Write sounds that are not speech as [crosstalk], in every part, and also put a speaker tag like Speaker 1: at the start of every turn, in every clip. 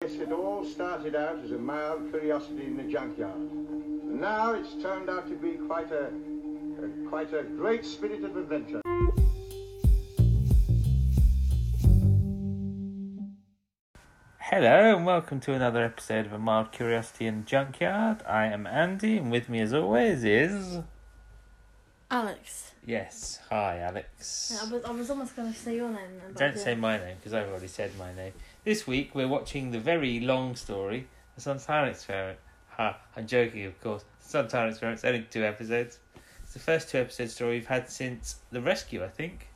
Speaker 1: it all started out as a mild curiosity in the junkyard. And now it's turned out to be quite a, a quite a great spirit of adventure.
Speaker 2: Hello and welcome to another episode of A Mild Curiosity and Junkyard. I am Andy, and with me, as always, is
Speaker 3: Alex.
Speaker 2: yes. Hi, Alex.
Speaker 3: I was, I was almost going to say your name. then, but
Speaker 2: Don't
Speaker 3: yeah.
Speaker 2: say my name because I've already said my name. This week we're watching the very long story, The Suntan Experiment. Ha! I'm joking, of course. The Suntan Experiment's only two episodes. It's the first two episode story we've had since the rescue, I think.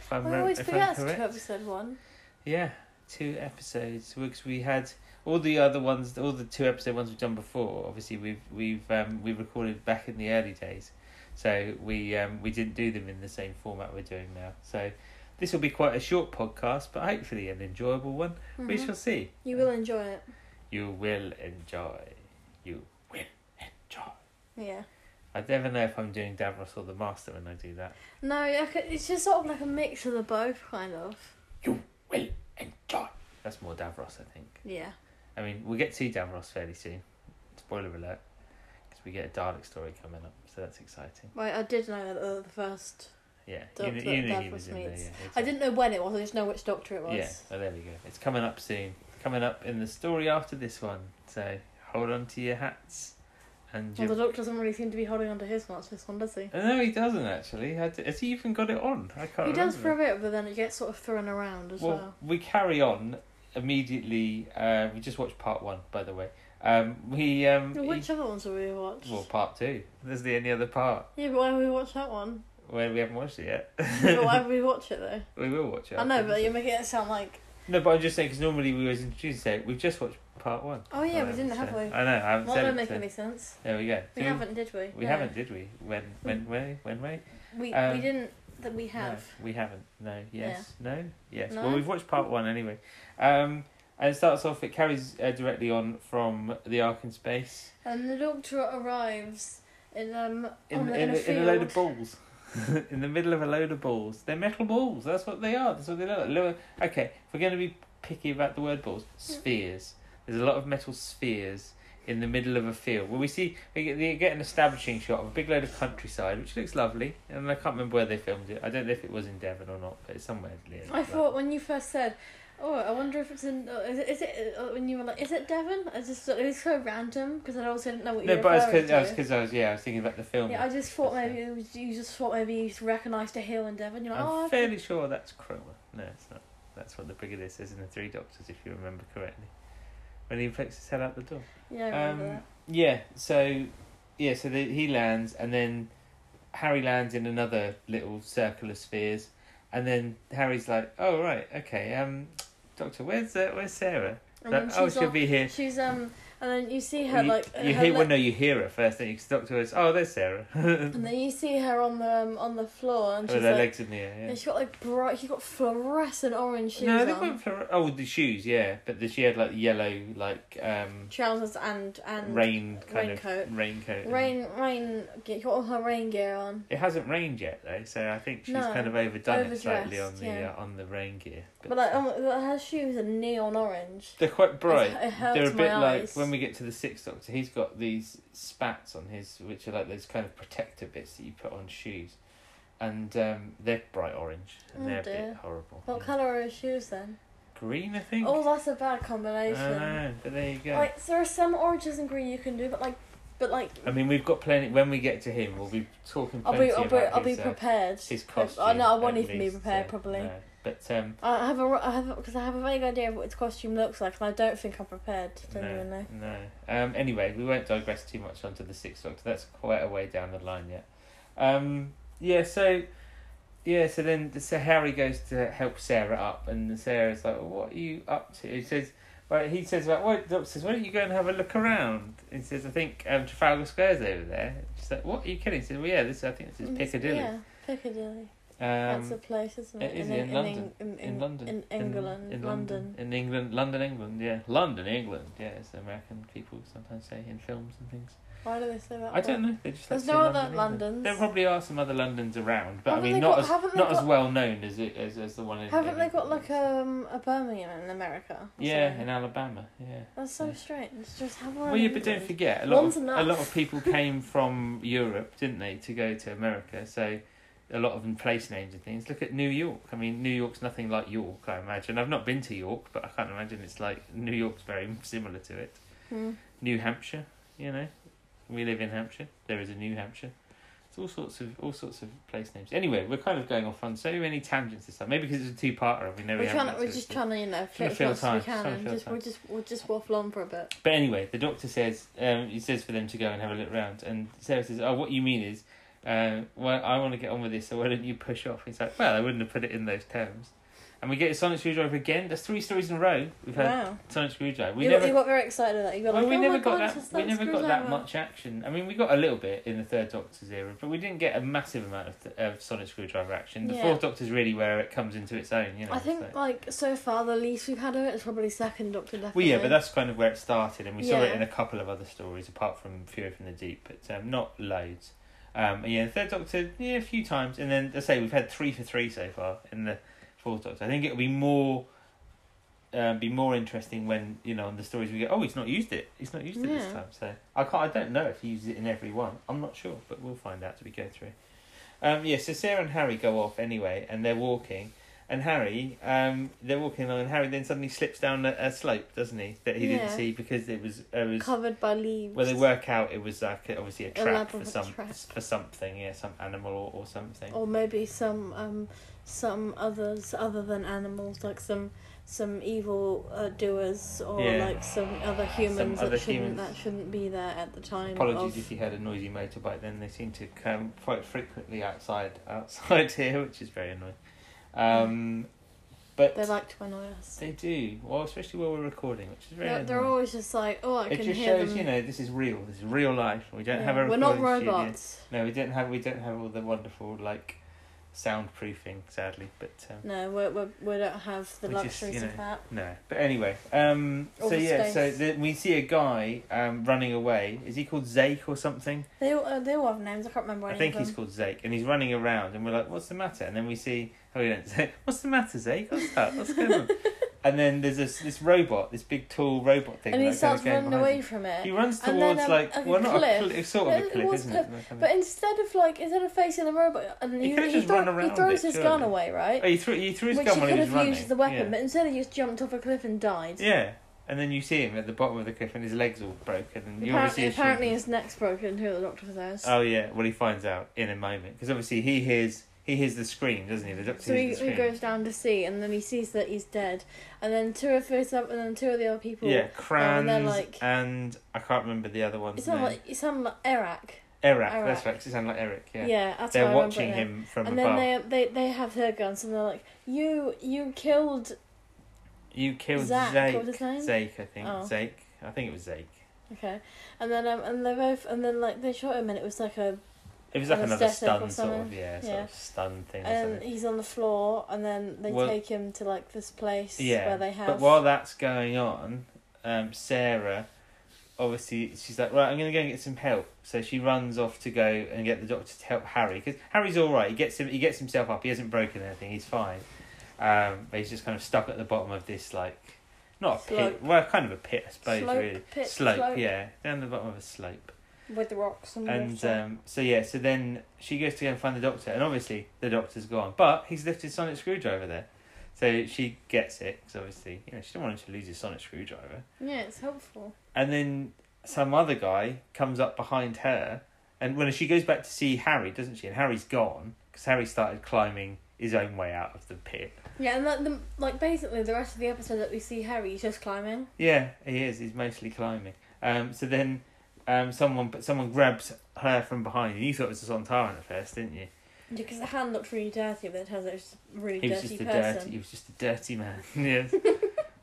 Speaker 2: If I'm,
Speaker 3: I
Speaker 2: re-
Speaker 3: always
Speaker 2: if
Speaker 3: forget
Speaker 2: I'm
Speaker 3: it's
Speaker 2: correct.
Speaker 3: episode one.
Speaker 2: Yeah, two episodes because we had all the other ones, all the two episode ones we've done before. Obviously, we've we've um, we recorded back in the early days, so we um, we didn't do them in the same format we're doing now. So this will be quite a short podcast, but hopefully an enjoyable one. We
Speaker 3: Mhm.
Speaker 2: shall see.
Speaker 3: You will enjoy it.
Speaker 2: You will enjoy. You will enjoy.
Speaker 3: Yeah.
Speaker 2: I never know if I'm doing Davros or the Master when I do that.
Speaker 3: No, I c- it's just sort of like a mix of the both, kind of.
Speaker 2: Will enjoy. That's more Davros, I think.
Speaker 3: Yeah.
Speaker 2: I mean, we'll get to Davros fairly soon. Spoiler alert. Because we get a Dalek story coming up, so that's exciting.
Speaker 3: Right, I did know that uh, the first.
Speaker 2: Yeah,
Speaker 3: Dal-
Speaker 2: kn-
Speaker 3: Dal-
Speaker 2: knew
Speaker 3: Davros meets-
Speaker 2: yeah,
Speaker 3: I didn't know when it was. I just know which Doctor it was.
Speaker 2: exactly. Yeah, well, there we go. It's coming up soon. Coming up in the story after this one. So hold on to your hats. And
Speaker 3: Well,
Speaker 2: your...
Speaker 3: the Doctor doesn't really seem to be holding onto his much this one, does he?
Speaker 2: Oh, no, he doesn't actually. Had- Has he even got it on? I can't.
Speaker 3: He does
Speaker 2: remember.
Speaker 3: for a bit, but then it gets sort of thrown around as well.
Speaker 2: Well, we carry on immediately. Uh, we just watched part one, by the way. Um, we um,
Speaker 3: Which other ones will we watch?
Speaker 2: well, part two. There's the only other part.
Speaker 3: yeah, but why would we watch
Speaker 2: [laughs]
Speaker 3: that one?
Speaker 2: Well, we haven't watched it yet.
Speaker 3: yeah, but why would we watch it
Speaker 2: [laughs]
Speaker 3: though?
Speaker 2: we will watch it.
Speaker 3: I know,
Speaker 2: after
Speaker 3: but
Speaker 2: this.
Speaker 3: you're making it sound like.
Speaker 2: no, but I'm just saying because normally we always introduce say we've just watched part one.
Speaker 3: Oh yeah,
Speaker 2: I
Speaker 3: we
Speaker 2: know,
Speaker 3: didn't, have
Speaker 2: so-
Speaker 3: we?
Speaker 2: I know. I haven't
Speaker 3: Well,
Speaker 2: said it.
Speaker 3: that don't make
Speaker 2: so-
Speaker 3: any sense.
Speaker 2: There we go.
Speaker 3: We
Speaker 2: So
Speaker 3: haven't, did we?
Speaker 2: We
Speaker 3: No.
Speaker 2: haven't, did we? When? When? When? When? When?
Speaker 3: We
Speaker 2: Um,
Speaker 3: we didn't that we have.
Speaker 2: No, we haven't. No. Yes. No. Yes.
Speaker 3: No?
Speaker 2: Well, we've watched part one anyway. Um, and it starts off. It carries uh, directly on from the Ark in space
Speaker 3: And the doctor arrives in um
Speaker 2: in
Speaker 3: on, a-
Speaker 2: in,
Speaker 3: in, a
Speaker 2: a,
Speaker 3: field.
Speaker 2: in a load of balls. [laughs] in the middle of a load of balls. They're metal balls. That's what they are. That's what they look like. Lower- Okay, if we're going to be picky about the word balls, spheres. There's a lot of metal spheres in the middle of a field. Well, we see we get, they get an establishing shot of a big load of countryside, which looks lovely. And I can't remember where they filmed it. I don't know if it was in Devon or not, but it's somewhere. near
Speaker 3: I
Speaker 2: Devon.
Speaker 3: thought when you first said, "Oh, I wonder if it's in," uh, is it, is it uh, when you were like, "Is it Devon?" I just thought it was so random because I also didn't know what you
Speaker 2: No,
Speaker 3: were
Speaker 2: but it's
Speaker 3: referring
Speaker 2: because I was
Speaker 3: to.
Speaker 2: 'cause I was yeah I was thinking about the film.
Speaker 3: Yeah, I just thought
Speaker 2: That's
Speaker 3: maybe it was, you just thought maybe you recognised a hill in Devon. You're like,
Speaker 2: I'm
Speaker 3: oh,
Speaker 2: fairly sure that's Cromer. No, it's not. That's what the Brigadier says in The Three Doctors, if you remember correctly. When he pokes his head out the door.
Speaker 3: yeah, I remember
Speaker 2: Um, Yeah, so yeah, so the, he lands, and then Harry lands in another little circle of spheres, and then Harry's like, "Oh right, okay, um, Doctor, where's uh, where's Sarah?
Speaker 3: that. And
Speaker 2: Like,
Speaker 3: then
Speaker 2: oh,
Speaker 3: she's
Speaker 2: she'll
Speaker 3: on-
Speaker 2: be here."
Speaker 3: she's um, and then you see her
Speaker 2: you,
Speaker 3: like
Speaker 2: you
Speaker 3: her
Speaker 2: hear
Speaker 3: le-
Speaker 2: well, no, you hear her first, then you because Doctor is, "Oh, there's Sarah." [laughs] With
Speaker 3: and then you see her on the um, on the floor and she's
Speaker 2: her
Speaker 3: like,
Speaker 2: legs in the air. Yeah.
Speaker 3: And she got like bright. She got fluorescent orange shoes
Speaker 2: no, they
Speaker 3: on.
Speaker 2: weren't. Fleur- oh, the shoes, yeah, but the, she had like yellow, like um,
Speaker 3: Trousers and and
Speaker 2: rain kind
Speaker 3: raincoat.
Speaker 2: of raincoat. and-
Speaker 3: rain rain. She got all her rain gear on.
Speaker 2: It hasn't rained yet though, so I think she's
Speaker 3: No,
Speaker 2: kind of overdone it
Speaker 3: overdressed,
Speaker 2: slightly on the
Speaker 3: yeah.
Speaker 2: uh, on the rain gear.
Speaker 3: But, like um, her shoes are neon orange.
Speaker 2: they're quite bright.
Speaker 3: It hurts
Speaker 2: They're a
Speaker 3: my
Speaker 2: bit like
Speaker 3: eyes.
Speaker 2: when we get to the sixth Doctor, he's got these spats on his, which are like those kind of protector bits that you put on shoes, and um, they're bright orange and
Speaker 3: Oh,
Speaker 2: they're a bit
Speaker 3: dear.
Speaker 2: horrible.
Speaker 3: What
Speaker 2: Yeah.
Speaker 3: colour are her shoes then?
Speaker 2: Green, I think.
Speaker 3: Oh, that's a bad
Speaker 2: I
Speaker 3: combination.
Speaker 2: know, but there you go.
Speaker 3: Like there are some oranges and green you can do, but like, but like,
Speaker 2: I mean, we've got plenty. When we get to him, we'll be talking
Speaker 3: I'll
Speaker 2: plenty
Speaker 3: be I'll be,
Speaker 2: about
Speaker 3: I'll be
Speaker 2: his, uh,
Speaker 3: prepared.
Speaker 2: his
Speaker 3: I-
Speaker 2: costume.
Speaker 3: I know I won't
Speaker 2: at
Speaker 3: even be
Speaker 2: least,
Speaker 3: prepared
Speaker 2: so,
Speaker 3: probably.
Speaker 2: no. But um,
Speaker 3: I have a ro- I have because I have a vague idea of what its costume looks like, and I don't think I'm prepared.
Speaker 2: No,
Speaker 3: Genuinely.
Speaker 2: no. Um, anyway, we won't digress too much onto the Sixth Doctor. That's quite a way down the line yet. Um, yeah, so yeah, so then so Harry goes to help Sarah up, and Sarah's like, well, "What are you up to?" He says, "Well, he says, like, what Doctor says, why don't you go and have a look around?" He says, "I think um, Trafalgar Square's over there." She's like, "What are you kidding?" He says, "Well, yeah, this I think this is Piccadilly."
Speaker 3: Mm, Yeah, Piccadilly.
Speaker 2: Um,
Speaker 3: That's a place, isn't
Speaker 2: it
Speaker 3: it?
Speaker 2: is in
Speaker 3: Eng-
Speaker 2: London.
Speaker 3: Eng- in,
Speaker 2: in London.
Speaker 3: In England.
Speaker 2: In, in
Speaker 3: London.
Speaker 2: In England. London, England, yeah. London, England, yeah, as the American people sometimes say in films and things.
Speaker 3: Why do they say that?
Speaker 2: I don't know. They just like
Speaker 3: There's
Speaker 2: to say
Speaker 3: no other
Speaker 2: London, don't they?
Speaker 3: Londons.
Speaker 2: There probably are some other Londons around, but
Speaker 3: Haven't
Speaker 2: I
Speaker 3: they
Speaker 2: mean, not
Speaker 3: got-
Speaker 2: as
Speaker 3: haven't they
Speaker 2: not as
Speaker 3: got-
Speaker 2: well known as it as, as the one in.
Speaker 3: Haven't
Speaker 2: in
Speaker 3: they got
Speaker 2: England.
Speaker 3: like um, a Birmingham in America? or
Speaker 2: Yeah,
Speaker 3: something?
Speaker 2: in Alabama. Yeah.
Speaker 3: That's so
Speaker 2: yeah.
Speaker 3: strange. Just have one.
Speaker 2: Well,
Speaker 3: in
Speaker 2: yeah, but don't
Speaker 3: England.
Speaker 2: forget, a lot
Speaker 3: One's
Speaker 2: of, a
Speaker 3: enough.
Speaker 2: lot of people came from Europe, didn't they, to go to America? So a lot of them place names and things. Look at New York. I mean, New York's nothing like York, I imagine. I've not been to York, but I can't imagine it's like New York's very similar to it.
Speaker 3: Hmm.
Speaker 2: New Hampshire, you know, we live in Hampshire. There is a New Hampshire. It's all sorts of all sorts of place names. Anyway, we're kind of going off on so many tangents this time. Maybe because it's a two-parter, and we know we
Speaker 3: We're
Speaker 2: haven't
Speaker 3: trying.
Speaker 2: got
Speaker 3: We're
Speaker 2: to
Speaker 3: just
Speaker 2: this.
Speaker 3: trying to, you know, fit as
Speaker 2: fill
Speaker 3: much
Speaker 2: time,
Speaker 3: as we
Speaker 2: just trying
Speaker 3: can,
Speaker 2: to
Speaker 3: and
Speaker 2: fill
Speaker 3: just
Speaker 2: time.
Speaker 3: we'll just we'll just waffle on for a bit.
Speaker 2: But anyway, the doctor says um, he says for them to go and have a look round, and Sarah says, "Oh, what you mean is, uh, well, I want to get on with this, so why don't you push off?" He's like, "Well, I wouldn't have put it in those terms." And we get Sonic Screwdriver again. That's three stories in a row. We've had
Speaker 3: Wow.
Speaker 2: Sonic Screwdriver. We
Speaker 3: you,
Speaker 2: never,
Speaker 3: you got very excited at that. You got
Speaker 2: well,
Speaker 3: like,
Speaker 2: we
Speaker 3: oh
Speaker 2: never
Speaker 3: my
Speaker 2: got
Speaker 3: God, it's
Speaker 2: that. We
Speaker 3: that
Speaker 2: never got that
Speaker 3: screwdriver.
Speaker 2: much action. I mean, we got a little bit in the Third Doctor's era, but we didn't get a massive amount of, th- of Sonic Screwdriver action. The
Speaker 3: Yeah.
Speaker 2: Fourth Doctor's really where it comes into its own. You know.
Speaker 3: I
Speaker 2: it's
Speaker 3: think
Speaker 2: like-
Speaker 3: like so far the least we've had of it is probably second Doctor Death.
Speaker 2: Well, yeah, but that's kind of where it started, and we saw it
Speaker 3: Yeah.
Speaker 2: in a couple of other stories, apart from Fury from the Deep, but um, not loads. Um, and yeah, the Third Doctor, yeah, a few times, and then let's say we've had three for three so far in the Fourth Doctor. I think it'll be more, um, be more interesting when you know in the stories we go, oh, he's not used it, he's not used it this
Speaker 3: Yeah.
Speaker 2: time. So I can't, I don't know if he uses it in every one. I'm not sure, but we'll find out as we go through. Um, yeah, so Sarah and Harry go off anyway, and they're walking. And Harry, um, they're walking along, and Harry then suddenly slips down a, a slope, doesn't he? That he didn't
Speaker 3: Yeah.
Speaker 2: see because it was it was
Speaker 3: covered by leaves.
Speaker 2: well, they work out it was like obviously a trap for
Speaker 3: labyrinth
Speaker 2: some
Speaker 3: trap.
Speaker 2: for something, yeah, some animal or, or something.
Speaker 3: or maybe some um some others other than animals like some some evil uh, doers or
Speaker 2: Yeah.
Speaker 3: like some other humans
Speaker 2: other
Speaker 3: that shouldn't
Speaker 2: humans.
Speaker 3: that shouldn't be there at the time
Speaker 2: Apologies
Speaker 3: of-
Speaker 2: if you heard a noisy motorbike. Then they seem to come quite frequently outside outside [laughs] here, which is very annoying. Um, but
Speaker 3: they like to annoy us
Speaker 2: they do well, especially while we're recording, which is very.
Speaker 3: they're, they're
Speaker 2: annoying.
Speaker 3: always just like oh i
Speaker 2: it
Speaker 3: can
Speaker 2: just
Speaker 3: hear
Speaker 2: shows
Speaker 3: them
Speaker 2: you know this is real. This is real life. We don't
Speaker 3: Yeah.
Speaker 2: have a
Speaker 3: we're not
Speaker 2: recording studio.
Speaker 3: robots
Speaker 2: No, we don't have we don't have all the wonderful like soundproofing, sadly. But um,
Speaker 3: no we're, we're, we don't have the
Speaker 2: We just,
Speaker 3: luxuries
Speaker 2: you know,
Speaker 3: of that
Speaker 2: no. But anyway, um,
Speaker 3: All
Speaker 2: so
Speaker 3: the
Speaker 2: yeah, so
Speaker 3: space.
Speaker 2: the, we see a guy um running away. Is he called Zake or something?
Speaker 3: they all, uh, they all have names i can't remember
Speaker 2: I
Speaker 3: any
Speaker 2: think
Speaker 3: of
Speaker 2: he's
Speaker 3: them
Speaker 2: called Zake, and he's running around, and we're like, "What's the matter?" And then we see, oh, [laughs] we don't say, "What's the matter, Zake? What's that? What's going
Speaker 3: [laughs]
Speaker 2: on?" and then there's this this robot, this big tall robot thing,
Speaker 3: and he
Speaker 2: like, kinda
Speaker 3: starts
Speaker 2: going
Speaker 3: running
Speaker 2: behind
Speaker 3: away
Speaker 2: him.
Speaker 3: from it
Speaker 2: He runs
Speaker 3: And
Speaker 2: towards
Speaker 3: then, um,
Speaker 2: like
Speaker 3: a
Speaker 2: well, not
Speaker 3: cliff.
Speaker 2: a cliff, sort of
Speaker 3: No,
Speaker 2: a
Speaker 3: it
Speaker 2: cliff,
Speaker 3: was
Speaker 2: isn't
Speaker 3: cliff,
Speaker 2: it? Like, I mean-
Speaker 3: But instead of like instead of facing the robot, and
Speaker 2: He
Speaker 3: he,
Speaker 2: could've
Speaker 3: he,
Speaker 2: just run
Speaker 3: thro- he
Speaker 2: around
Speaker 3: throws
Speaker 2: it,
Speaker 3: his
Speaker 2: surely.
Speaker 3: gun away, right?
Speaker 2: Oh, he threw, he threw his
Speaker 3: Which
Speaker 2: gun
Speaker 3: he
Speaker 2: when
Speaker 3: could
Speaker 2: he was
Speaker 3: have
Speaker 2: running.
Speaker 3: used as a weapon,
Speaker 2: yeah.
Speaker 3: but instead he just jumped off a cliff and died.
Speaker 2: Yeah. and then you see him at the bottom of the cliff, and his legs all broken, and you obviously
Speaker 3: apparently,
Speaker 2: assume-
Speaker 3: apparently his neck's broken. Who the doctor says?
Speaker 2: Oh yeah, well he finds out in a moment because obviously he hears he hears the scream, doesn't he? The doctor
Speaker 3: so
Speaker 2: hears
Speaker 3: he,
Speaker 2: the
Speaker 3: he
Speaker 2: scream.
Speaker 3: goes down to see, and then he sees that he's dead, and then two of his and then two of the other people.
Speaker 2: yeah, Crans
Speaker 3: they're like-
Speaker 2: and I can't remember the other
Speaker 3: It
Speaker 2: one's name.
Speaker 3: sounds like it sounds like Eric.
Speaker 2: Eric, that's
Speaker 3: Eric.
Speaker 2: right. It sounds like Eric. Yeah,
Speaker 3: Yeah, that's how
Speaker 2: they're
Speaker 3: I
Speaker 2: watching
Speaker 3: remember it now.
Speaker 2: him from
Speaker 3: And
Speaker 2: above.
Speaker 3: then they, they they have their guns, and they're like, "You you killed
Speaker 2: You killed
Speaker 3: Zach,
Speaker 2: Zake.
Speaker 3: what was his name?
Speaker 2: Zake, I think.
Speaker 3: Oh.
Speaker 2: Zake. I think it was Zake.
Speaker 3: Okay, and then um, and they both and then like they shot him and it was like a
Speaker 2: It was like another
Speaker 3: Anesthetic
Speaker 2: stun
Speaker 3: or
Speaker 2: sort of
Speaker 3: something.
Speaker 2: yeah, sort
Speaker 3: Yeah. Um,
Speaker 2: of stun thing. or
Speaker 3: and
Speaker 2: something.
Speaker 3: he's on the floor and then they
Speaker 2: Well-
Speaker 3: take him to like this place
Speaker 2: Yeah.
Speaker 3: where they have
Speaker 2: But while that's going on, um, Sarah obviously she's like, right, I'm going to go and get some help. So she runs off to go and get the doctor to help Harry because Harry's all right. He gets him. He gets himself up. He hasn't broken anything. He's fine. Um, but he's just kind of stuck at the bottom of this like. Not a
Speaker 3: Slope.
Speaker 2: pit, well, kind of a pit, I suppose.
Speaker 3: Slope,
Speaker 2: really,
Speaker 3: pit,
Speaker 2: slope,
Speaker 3: slope.
Speaker 2: yeah, down the bottom of a slope.
Speaker 3: with the rocks and,
Speaker 2: And
Speaker 3: water.
Speaker 2: um, so yeah, so then she goes to go and find the doctor, and obviously the doctor's gone, but he's left his sonic screwdriver there. So she gets it because obviously you know she don't want him to lose his sonic screwdriver.
Speaker 3: yeah, it's helpful.
Speaker 2: And then some other guy comes up behind her, and when she goes back to see Harry, doesn't she? And Harry's gone because Harry started climbing his own way out of the pit.
Speaker 3: Yeah, and that, the, like basically the rest of the episode that we see Harry he's just climbing.
Speaker 2: Yeah, he is. He's mostly climbing. Um, so then, um, someone but someone grabs her from behind. You thought it was a Sontaran at first, didn't you?
Speaker 3: Because the hand looked really dirty, but it turns out it's just a really
Speaker 2: He was
Speaker 3: dirty
Speaker 2: just a
Speaker 3: person.
Speaker 2: dirty. He was just a dirty man. [laughs] yes.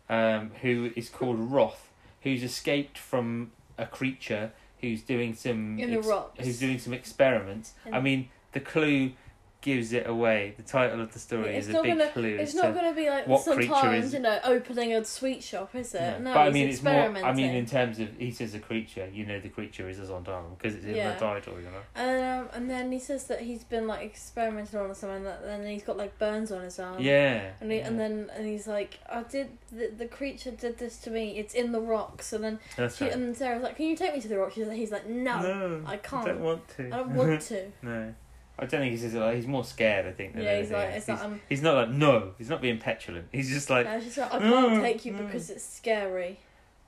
Speaker 2: um, who is called Roth, who's escaped from a creature who's doing some
Speaker 3: In the rocks.
Speaker 2: Who's doing some experiments. I
Speaker 3: In-
Speaker 2: mean, the clue gives it away. The title of the story
Speaker 3: Yeah,
Speaker 2: is a
Speaker 3: it's not
Speaker 2: big
Speaker 3: gonna-
Speaker 2: clue.
Speaker 3: It's
Speaker 2: to-
Speaker 3: not going to be
Speaker 2: uh,
Speaker 3: like
Speaker 2: what creature is-
Speaker 3: sometimes you know opening a sweet shop, is it? No,
Speaker 2: but I
Speaker 3: he's
Speaker 2: mean, it's more.
Speaker 3: experimenting.
Speaker 2: I mean, in terms of he says a creature, you know, the creature is a Zondara because it's in
Speaker 3: Yeah.
Speaker 2: the title, you know.
Speaker 3: Um, and then he says that he's been like experimenting on something, that then he's got like burns on his arm.
Speaker 2: yeah.
Speaker 3: Um, And, he,
Speaker 2: yeah.
Speaker 3: and then and he's like, I did the, the creature did this to me. It's in the rocks. And then
Speaker 2: That's
Speaker 3: she,
Speaker 2: right.
Speaker 3: and Sarah's like, Can you take me to the rocks? She's like- He's like, No, I can't.
Speaker 2: don't want to.
Speaker 3: I
Speaker 2: [laughs]
Speaker 3: don't want to.
Speaker 2: no. I don't think he says it like he's more scared. I think. Than
Speaker 3: yeah, he's
Speaker 2: anything
Speaker 3: like,
Speaker 2: else.
Speaker 3: it's like, I'm,
Speaker 2: He's not like no. He's not being petulant. [laughs] He's just like
Speaker 3: no, she's like, I
Speaker 2: No,
Speaker 3: can't take you
Speaker 2: no.
Speaker 3: because it's scary.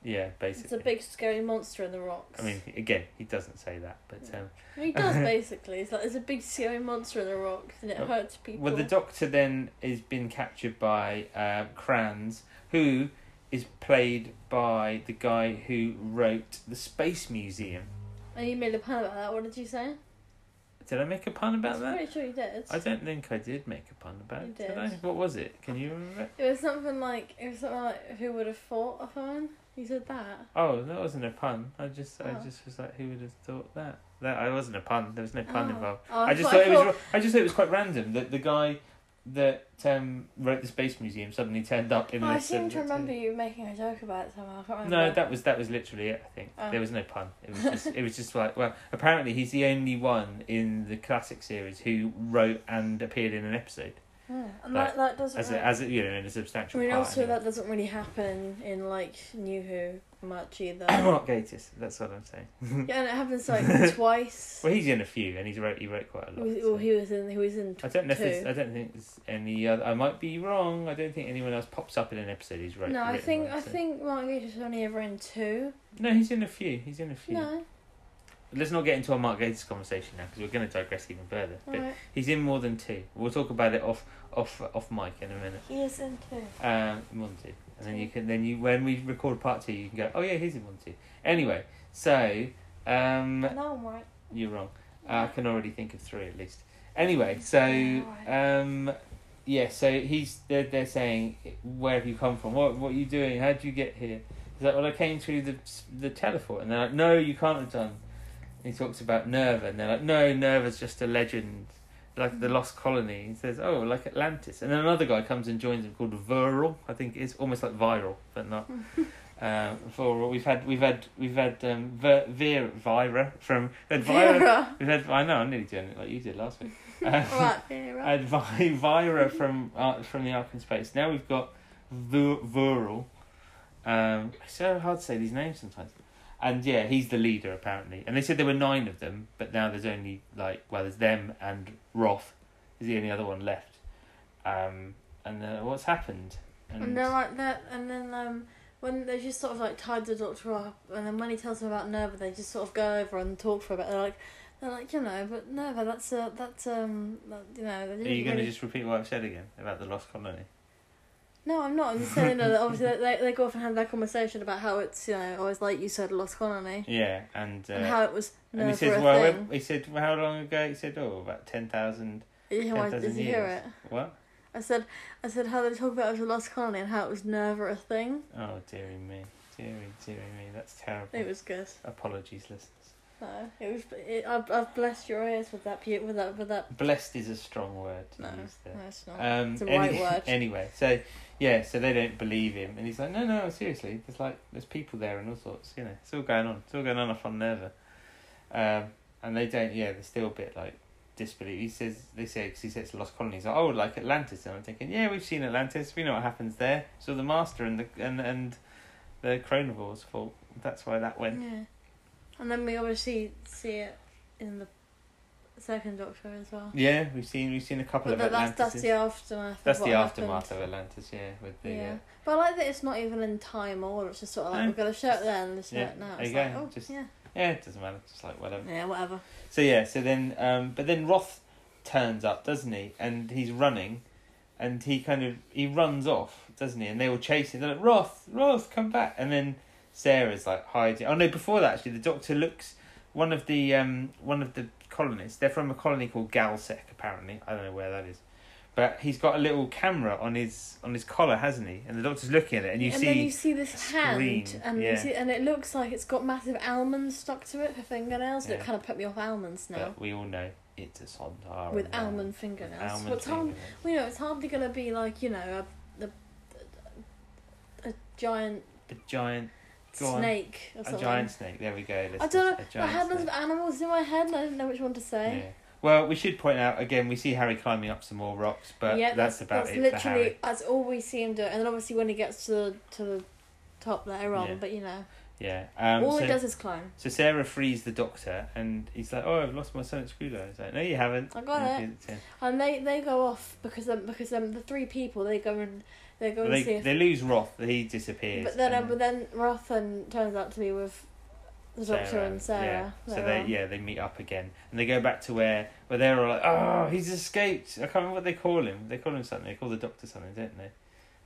Speaker 2: yeah, basically.
Speaker 3: It's a big scary monster in the rocks.
Speaker 2: I mean, again, he doesn't say that, but um, [laughs]
Speaker 3: he does basically. It's like there's a big scary monster in the rocks and it
Speaker 2: Oh.
Speaker 3: hurts people.
Speaker 2: well, the Doctor then is been captured by uh, Kranz, who is played by the guy who wrote the Space Museum.
Speaker 3: and you made a pun about that. What did you say?
Speaker 2: Did I make a pun
Speaker 3: I
Speaker 2: about
Speaker 3: was
Speaker 2: that?
Speaker 3: pretty sure you did.
Speaker 2: I don't think I did make a pun about
Speaker 3: You
Speaker 2: it. Did.
Speaker 3: did.
Speaker 2: I? What was it? Can you remember? it?
Speaker 3: It was something like it was something like who would have thought of him? You said that.
Speaker 2: Oh, that wasn't a pun. I just, I
Speaker 3: Oh.
Speaker 2: just was like, who would have thought that? That I wasn't a pun. There was no pun
Speaker 3: Oh.
Speaker 2: involved.
Speaker 3: Oh,
Speaker 2: I just
Speaker 3: thought-
Speaker 2: thought it was. I just thought it was quite random that the guy that um, wrote the Space Museum suddenly turned up in.
Speaker 3: Oh, I
Speaker 2: this,
Speaker 3: seem
Speaker 2: uh,
Speaker 3: to remember you making a joke about it somehow. I can't remember.
Speaker 2: No, that was that was literally it. I think
Speaker 3: Oh.
Speaker 2: there was no pun. It was
Speaker 3: [laughs]
Speaker 2: just it was just like well, apparently he's the only one in the classic series who wrote and appeared in an episode
Speaker 3: Yeah. And
Speaker 2: that-
Speaker 3: that, that doesn't.
Speaker 2: as
Speaker 3: really-
Speaker 2: a, as a, you know in a substantial.
Speaker 3: I mean,
Speaker 2: part,
Speaker 3: also
Speaker 2: anyway.
Speaker 3: that doesn't really happen in like New Who
Speaker 2: [coughs]
Speaker 3: much either. yeah,
Speaker 2: Mark Gatiss. That's what I'm saying.
Speaker 3: and it happens like twice.
Speaker 2: [laughs] Well, he's in a few, and he's wrote he wrote quite a lot.
Speaker 3: Well, he-
Speaker 2: so.
Speaker 3: well, he was in. He was in.
Speaker 2: I don't know
Speaker 3: two.
Speaker 2: if there's, I don't think there's any other. I might be wrong. I don't think anyone else pops up in an episode he's wrote.
Speaker 3: no, I
Speaker 2: written
Speaker 3: think
Speaker 2: one,
Speaker 3: I
Speaker 2: so-
Speaker 3: think Mark Gatiss was only ever in two.
Speaker 2: No, he's in a few. He's in a few.
Speaker 3: No,
Speaker 2: Let's not get into our Mark Gates conversation now because we're going to digress even further. But
Speaker 3: right.
Speaker 2: he's in more than two. We'll talk about it off off off mic in a minute.
Speaker 3: He is in two.
Speaker 2: Um, more than two, and then you can then you when we record part two, you can go. Oh yeah, he's in one two. Anyway, so um,
Speaker 3: No, I'm right.
Speaker 2: You're wrong. Ah, I can already think of three at least. Anyway, so um, yeah, so he's they're, they're saying, "Where have you come from? What what are you doing? How would you get here?" He's like, "Well, I came through the the teleport," and they're like, "No, you can't have done." And he talks about Nerva, and they're like, "No, Nerva's just a legend." Like the lost colony, he says, "Oh, like Atlantis," and then another guy comes and joins him called Viral. I think it's almost like viral, but not uh, Viral. We've had we've had we've had um, Vir, Vir, Vira from had Vira
Speaker 3: [laughs] Vera.
Speaker 2: We've had, I know, I'm nearly doing it like you did last
Speaker 3: [laughs]
Speaker 2: week. Um,
Speaker 3: right,
Speaker 2: [laughs]
Speaker 3: Vera.
Speaker 2: had Vi- Vira from uh, from the Ark in Space. Now we've got Vu- Vural. Um, it's so hard to say these names sometimes. And yeah, he's the leader apparently. And they said there were nine of them, but now there's only like well, there's them and Roth is the only other one left. Um, and uh, what's happened?
Speaker 3: And they're like that, and then um, when they just sort of like tied the doctor up, and then when he tells them about Nerva, they just sort of go over and talk for a bit. They're like, they're like, you know, but Nerva, that's a that's um, that, you know. They
Speaker 2: are
Speaker 3: didn't
Speaker 2: you going to
Speaker 3: really-
Speaker 2: just repeat what I've said again about the lost
Speaker 3: [laughs]
Speaker 2: colony?
Speaker 3: No, I'm not. I'm just saying that obviously they they go off and have that conversation about how it's you know always like you said lost colony
Speaker 2: Yeah, and uh,
Speaker 3: and how it was
Speaker 2: and
Speaker 3: Nerva
Speaker 2: he says,
Speaker 3: a
Speaker 2: well,
Speaker 3: thing.
Speaker 2: he said, well, how long ago? He said, oh, about ten thousand
Speaker 3: Did you hear, my-
Speaker 2: 10,000
Speaker 3: did you hear
Speaker 2: years.
Speaker 3: it?
Speaker 2: What?
Speaker 3: I said, I said how they talk about it was a lost colony and how it was Nerva a thing.
Speaker 2: Oh, dearie me. Dearie, dearie me. That's terrible.
Speaker 3: It was good.
Speaker 2: Apologies, listeners.
Speaker 3: No, it was. It, I've, I've blessed your ears with that beauty, with that, with that.
Speaker 2: Blessed is a strong word to
Speaker 3: No,
Speaker 2: use
Speaker 3: no,
Speaker 2: there.
Speaker 3: it's not.
Speaker 2: Um,
Speaker 3: Oh, It's a
Speaker 2: any-
Speaker 3: right word.
Speaker 2: [laughs] Anyway, so, yeah, so they don't believe him. And he's like, no, no, seriously. There's like, there's people there and all sorts, you know. It's all going on. It's all going on off on Nerva. Um, and they don't, yeah, they're still a bit like disbelief. He says, they say, because he says it's lost colonies. Like, oh, like Atlantis. And I'm thinking, yeah, we've seen Atlantis. We know what happens there. So the master and the, and, and the Chronovores fault. That's why that went
Speaker 3: Yeah. And then we obviously see it in the second Doctor as well.
Speaker 2: Yeah, we've seen we've seen a couple
Speaker 3: But
Speaker 2: of
Speaker 3: that, that's,
Speaker 2: Atlantis.
Speaker 3: that's the aftermath.
Speaker 2: That's
Speaker 3: of
Speaker 2: the
Speaker 3: what
Speaker 2: aftermath
Speaker 3: happened.
Speaker 2: of Atlantis, yeah, with the uh,
Speaker 3: Yeah.
Speaker 2: yeah.
Speaker 3: But I like that it's not even in time order. It's just sort of like,
Speaker 2: No.
Speaker 3: we've got a shirt there and a shirt
Speaker 2: Yeah,
Speaker 3: now.
Speaker 2: there
Speaker 3: It's
Speaker 2: you
Speaker 3: like,
Speaker 2: go,
Speaker 3: oh,
Speaker 2: just-
Speaker 3: yeah.
Speaker 2: yeah, it doesn't matter, just like whatever.
Speaker 3: Yeah, whatever.
Speaker 2: So yeah, so then um but then Roth turns up, doesn't he? And he's running and he kind of he runs off, doesn't he? And they all chase him, they're like, Roth, Roth, come back and then Sarah's like hiding oh no, before that actually the doctor looks one of the um one of the colonists, they're from a colony called Galsec apparently. I don't know where that is. But he's got a little camera on his on his collar, hasn't he? And the doctor's looking at it and you
Speaker 3: and
Speaker 2: see
Speaker 3: then you see this
Speaker 2: screen,
Speaker 3: hand, and
Speaker 2: yeah.
Speaker 3: you see, and it looks like it's got massive almonds stuck to it for fingernails.
Speaker 2: Yeah.
Speaker 3: It kind of put me off almonds now.
Speaker 2: But we all know It's a Sondara.
Speaker 3: with
Speaker 2: and, um,
Speaker 3: almond fingernails.
Speaker 2: almond
Speaker 3: What's hard-
Speaker 2: fingernails.
Speaker 3: Well, you know, it's hardly going to be like, you know, a, a, a giant
Speaker 2: A giant, Go on.
Speaker 3: snake or
Speaker 2: a
Speaker 3: something.
Speaker 2: giant snake. There we go.
Speaker 3: I
Speaker 2: listeners,
Speaker 3: don't
Speaker 2: a
Speaker 3: know. I
Speaker 2: giant
Speaker 3: had lots
Speaker 2: snake.
Speaker 3: of animals in my head and I didn't know which one to
Speaker 2: Yeah.
Speaker 3: say.
Speaker 2: Well, we should point out again. We see Harry climbing up some more rocks, but
Speaker 3: Yeah,
Speaker 2: that's, about
Speaker 3: that's
Speaker 2: it for
Speaker 3: literally,
Speaker 2: Harry.
Speaker 3: that's all we see him do. And then obviously when he gets to the, to the top later on,
Speaker 2: Yeah.
Speaker 3: but you know,
Speaker 2: Yeah. Um,
Speaker 3: all
Speaker 2: so,
Speaker 3: he does is climb.
Speaker 2: so Sarah frees the doctor, and he's like, "Oh, I've lost my sonic screwdriver." He's like, "No, you haven't."
Speaker 3: I got
Speaker 2: And
Speaker 3: it.
Speaker 2: he gives
Speaker 3: And they, they go off because um, because um, the three people they go and they go
Speaker 2: to him.
Speaker 3: and
Speaker 2: They,
Speaker 3: see if
Speaker 2: they lose Roth. He disappears.
Speaker 3: but then um,
Speaker 2: and
Speaker 3: but then Rothan turns out to be with the doctor and Sarah.
Speaker 2: Yeah. So
Speaker 3: later
Speaker 2: they
Speaker 3: on.
Speaker 2: yeah they meet up again, and they go back to where where they're all like, "Oh, he's escaped." I can't remember what they call him. They call him something. They call the doctor something, don't they?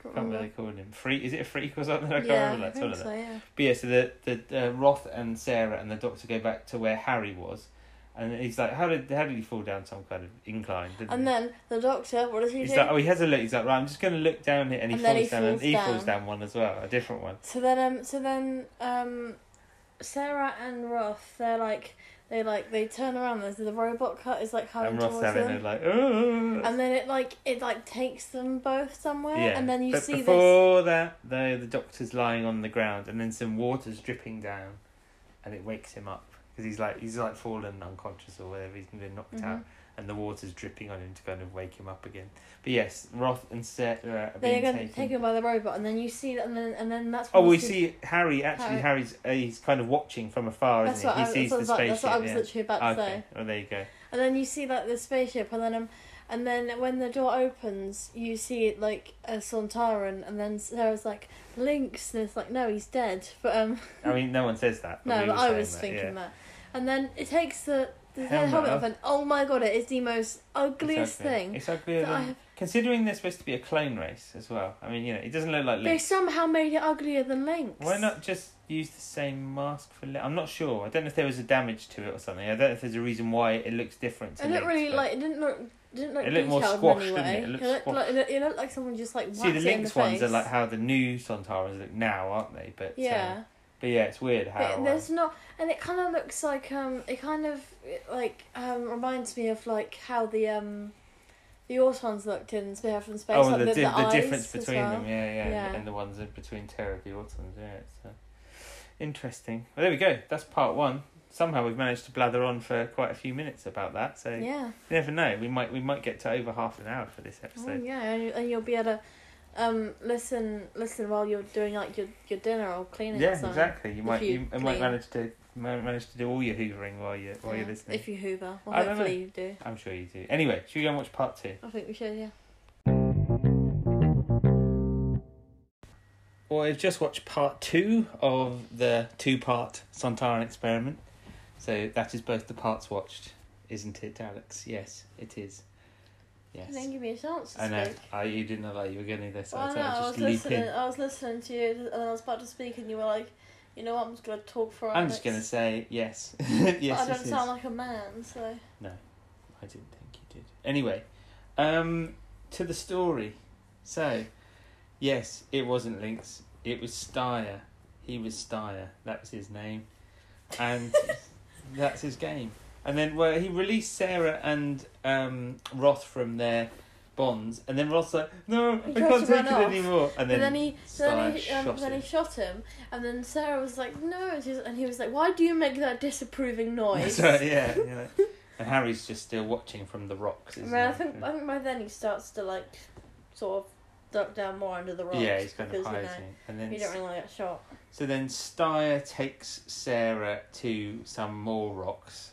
Speaker 2: I
Speaker 3: Can't
Speaker 2: can't remember
Speaker 3: remember.
Speaker 2: what they call him. Freak? Is it a freak or something? [laughs] I can't
Speaker 3: yeah,
Speaker 2: remember that.
Speaker 3: I
Speaker 2: Something
Speaker 3: think
Speaker 2: like
Speaker 3: so, yeah.
Speaker 2: But yeah, so the the uh, Roth and Sarah and the Doctor go back to where Harry was, and he's like, "How did how did he fall down some kind of incline?" Didn't
Speaker 3: And
Speaker 2: he?
Speaker 3: then the doctor, what does he
Speaker 2: he's
Speaker 3: do?
Speaker 2: like, "Oh, he has a look." He's like, "Right, I'm just going to look down here," and he
Speaker 3: And
Speaker 2: falls
Speaker 3: then he
Speaker 2: down, and
Speaker 3: falls
Speaker 2: he falls
Speaker 3: down.
Speaker 2: down one as well, a different one.
Speaker 3: So then um so then um Sarah and Roth, they're like they like they turn around and the robot cut is like coming
Speaker 2: and Roth's
Speaker 3: towards
Speaker 2: having it
Speaker 3: them.
Speaker 2: like, "Oh."
Speaker 3: And then it like it like takes them both somewhere
Speaker 2: yeah.
Speaker 3: and then you
Speaker 2: but
Speaker 3: see this
Speaker 2: before that, though, the Doctor's lying on the ground, and then some water's dripping down, and it wakes him up because he's like he's like fallen unconscious or whatever. He's been knocked
Speaker 3: Mhm.
Speaker 2: out. And the water's dripping on him to kind of wake him up again. But yes, Roth and Sarah are
Speaker 3: they're
Speaker 2: being
Speaker 3: gonna
Speaker 2: taken.
Speaker 3: take him by the robot and then you see that and then and then that's
Speaker 2: Oh,
Speaker 3: when
Speaker 2: we
Speaker 3: see-
Speaker 2: see Harry actually.
Speaker 3: Harry-
Speaker 2: Harry's uh, he's kind of watching from afar,
Speaker 3: that's
Speaker 2: isn't
Speaker 3: what
Speaker 2: he?
Speaker 3: I,
Speaker 2: He sees
Speaker 3: that's what I
Speaker 2: the
Speaker 3: was, like-
Speaker 2: spaceship.
Speaker 3: that's what I was
Speaker 2: yeah.
Speaker 3: literally about to say.
Speaker 2: okay. Well, there you go.
Speaker 3: And then you see like the spaceship, and then um, and then when the door opens, you see like a Sontaran, and then Sarah's like Lynx, and it's like no, he's dead. But um,
Speaker 2: I mean, no one says that.
Speaker 3: [laughs] no,
Speaker 2: we
Speaker 3: but
Speaker 2: were
Speaker 3: I
Speaker 2: saying
Speaker 3: was
Speaker 2: that,
Speaker 3: thinking
Speaker 2: yeah.
Speaker 3: that. And then it takes the the
Speaker 2: Helmet
Speaker 3: helmet,
Speaker 2: off.
Speaker 3: off, and oh my god, it is the most ugliest
Speaker 2: Exactly.
Speaker 3: thing.
Speaker 2: It's uglier
Speaker 3: that I
Speaker 2: than
Speaker 3: have-
Speaker 2: considering they're supposed to be a clone race as well. I mean, you know, it doesn't look like
Speaker 3: They
Speaker 2: Lynx.
Speaker 3: somehow made it uglier than Lynx.
Speaker 2: Why not just use the same mask for Lynx? I'm not sure. I don't know if there was a damage to it or something. I don't know if there's a reason why it looks different. To
Speaker 3: It looked
Speaker 2: Lynx,
Speaker 3: really
Speaker 2: but-
Speaker 3: like it didn't look didn't look
Speaker 2: It looked more
Speaker 3: detailed
Speaker 2: squashed,
Speaker 3: in
Speaker 2: didn't
Speaker 3: any way.
Speaker 2: it? It looked
Speaker 3: looked like it looked, it looked like someone just like
Speaker 2: See,
Speaker 3: whacked
Speaker 2: the
Speaker 3: it in
Speaker 2: Lynx
Speaker 3: the
Speaker 2: ones
Speaker 3: face.
Speaker 2: are like how the new Sontarans look now, aren't they? But uh,
Speaker 3: yeah.
Speaker 2: but yeah, it's weird how.
Speaker 3: But
Speaker 2: um,
Speaker 3: there's not, and it kind of looks like um, it kind of it, like um reminds me of like how the um, the Autons looked in Spear from Space.
Speaker 2: Oh,
Speaker 3: like
Speaker 2: and the,
Speaker 3: the,
Speaker 2: di- the,
Speaker 3: eyes
Speaker 2: difference
Speaker 3: as
Speaker 2: between
Speaker 3: well.
Speaker 2: them, yeah, yeah, and-
Speaker 3: Yeah.
Speaker 2: And, the ones in between Terra of the Autons, yeah. It's uh, interesting. Well, there we go. That's part one. Somehow we've managed to blather on for quite a few minutes about that, so you
Speaker 3: Yeah.
Speaker 2: never know. We might we might get to over half an hour for this
Speaker 3: Oh,
Speaker 2: episode.
Speaker 3: yeah, and, you, and you'll be able to um listen listen while you're doing like your, your dinner or cleaning. or
Speaker 2: yeah,
Speaker 3: something.
Speaker 2: exactly. You might
Speaker 3: you
Speaker 2: you, you might
Speaker 3: clean.
Speaker 2: manage to might manage to do all your hoovering while you while
Speaker 3: Yeah,
Speaker 2: you're listening.
Speaker 3: If you Hoover, well,
Speaker 2: I don't
Speaker 3: hopefully
Speaker 2: know.
Speaker 3: you do.
Speaker 2: I'm sure you do. Anyway, should we go and watch part two?
Speaker 3: I think we should. Yeah.
Speaker 2: Well, we've just watched part two of the two part Santaran experiment. So that is both the parts watched, isn't it, Alex? Yes, it is. Yes.
Speaker 3: You didn't give me a chance. To
Speaker 2: I know.
Speaker 3: Speak.
Speaker 2: I, you didn't know that you were going to do this. so
Speaker 3: Well,
Speaker 2: I
Speaker 3: I
Speaker 2: thought
Speaker 3: know.
Speaker 2: I'd
Speaker 3: I
Speaker 2: just
Speaker 3: was
Speaker 2: leap
Speaker 3: listening.
Speaker 2: in.
Speaker 3: I was listening to you, and I was about to speak, and you were like, "You know what? I'm just gonna talk for."
Speaker 2: I'm just
Speaker 3: minutes."
Speaker 2: going to say yes. [laughs] yes,
Speaker 3: I don't
Speaker 2: it is.
Speaker 3: sound like a man, so
Speaker 2: I didn't think you did. Anyway, um, to the story. So, yes, it wasn't Lynx. It was Steyer. He was Steyer. That was his name.
Speaker 3: [laughs]
Speaker 2: And that's his game. And then, well, he released Sarah and um, Roth from their bonds. And then Roth's like, no, I
Speaker 3: He tries
Speaker 2: can't
Speaker 3: to
Speaker 2: take
Speaker 3: run
Speaker 2: it
Speaker 3: off.
Speaker 2: anymore. And
Speaker 3: But
Speaker 2: then,
Speaker 3: then he so then
Speaker 2: Steyer
Speaker 3: he, um,
Speaker 2: shot
Speaker 3: then
Speaker 2: him.
Speaker 3: he shot him, and then Sarah was like, "No," and, she's, and he was like, "Why do you make that
Speaker 2: [laughs]
Speaker 3: disapproving noise?"
Speaker 2: That's right, yeah.
Speaker 3: [laughs]
Speaker 2: you know. and Harry's just still watching from the rocks.
Speaker 3: I
Speaker 2: isn't
Speaker 3: mean, I
Speaker 2: he?
Speaker 3: think I think by then he starts to like sort of duck down more under the rocks.
Speaker 2: yeah, he's kind of
Speaker 3: because,
Speaker 2: hiding.
Speaker 3: You
Speaker 2: and
Speaker 3: know,
Speaker 2: then
Speaker 3: you don't really want to get shot.
Speaker 2: So then Steyer takes Sarah to some more
Speaker 3: [laughs]
Speaker 2: rocks,